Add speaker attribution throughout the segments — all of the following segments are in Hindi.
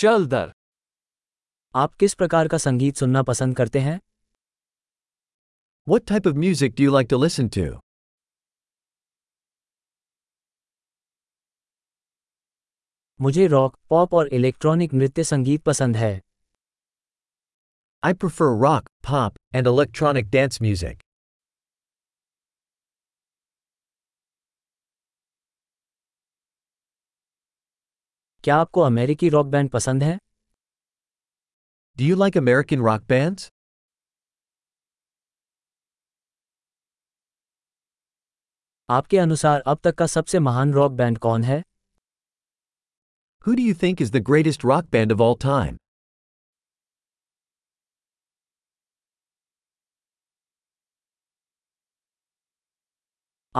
Speaker 1: चल दर
Speaker 2: आप किस प्रकार का संगीत सुनना पसंद करते हैं
Speaker 3: What type of music do you like to listen to?
Speaker 2: मुझे रॉक पॉप और इलेक्ट्रॉनिक नृत्य संगीत पसंद है
Speaker 3: I prefer rock, pop, and electronic dance music.
Speaker 2: क्या आपको अमेरिकी रॉक बैंड पसंद है
Speaker 3: Do you like American rock bands?
Speaker 2: आपके अनुसार अब तक का सबसे महान रॉक बैंड कौन है
Speaker 3: Who do you think is the greatest rock band of all time?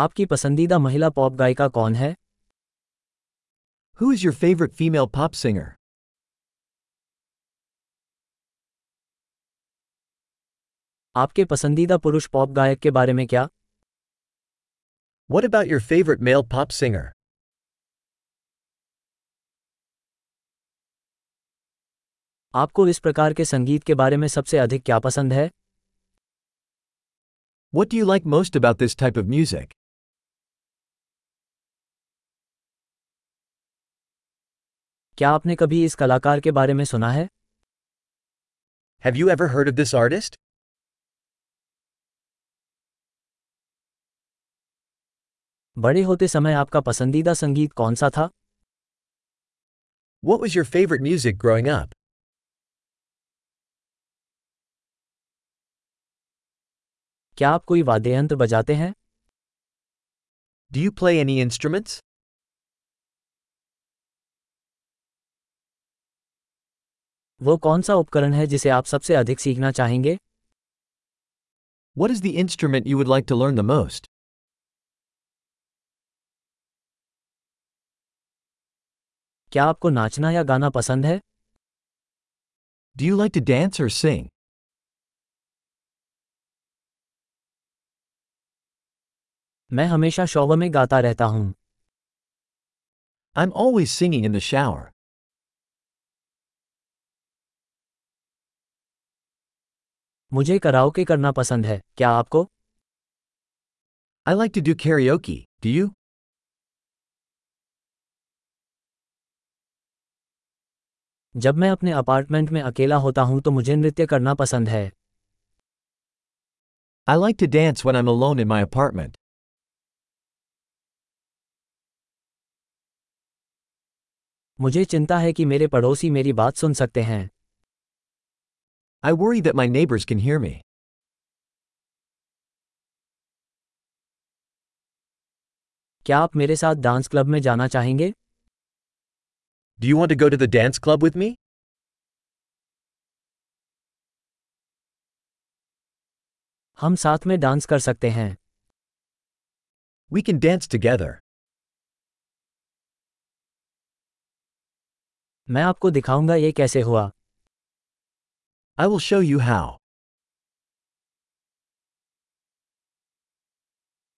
Speaker 2: आपकी पसंदीदा महिला पॉप गायिका कौन है
Speaker 3: Who is your favorite female pop singer?
Speaker 2: आपके पसंदीदा पुरुष पॉप गायक के बारे में क्या
Speaker 3: What about your favorite male pop singer?
Speaker 2: आपको इस प्रकार के संगीत के बारे में सबसे अधिक क्या पसंद है
Speaker 3: What do you like most about this type of music?
Speaker 2: क्या आपने कभी इस कलाकार के बारे में सुना है
Speaker 3: Have you ever heard of this artist?
Speaker 2: बड़े होते समय आपका पसंदीदा संगीत कौन सा था
Speaker 3: What was your favorite music growing up?
Speaker 2: क्या आप कोई वाद्य यंत्र बजाते हैं
Speaker 3: Do you play any instruments?
Speaker 2: वो कौन सा उपकरण है जिसे आप सबसे अधिक सीखना चाहेंगे
Speaker 3: What is the instrument you would like to learn the most?
Speaker 2: क्या आपको नाचना या गाना पसंद है
Speaker 3: Do you like to dance or sing?
Speaker 2: मैं हमेशा शोवर में गाता रहता हूँ
Speaker 3: I'm always singing in the shower.
Speaker 2: मुझे कराओके करना पसंद है क्या आपको
Speaker 3: I like to do karaoke, do you?
Speaker 2: जब मैं अपने अपार्टमेंट में अकेला होता हूँ तो मुझे नृत्य करना पसंद है
Speaker 3: I like to dance when I'm alone in my apartment.
Speaker 2: मुझे चिंता है कि मेरे पड़ोसी मेरी बात सुन सकते हैं
Speaker 3: I worry that my neighbors can hear me.
Speaker 2: क्या आप मेरे साथ डांस क्लब में जाना चाहेंगे
Speaker 3: Do you want to go to the dance club with me?
Speaker 2: हम साथ में डांस कर सकते हैं
Speaker 3: We can dance together.
Speaker 2: मैं आपको दिखाऊंगा ये कैसे हुआ
Speaker 3: I will show you how.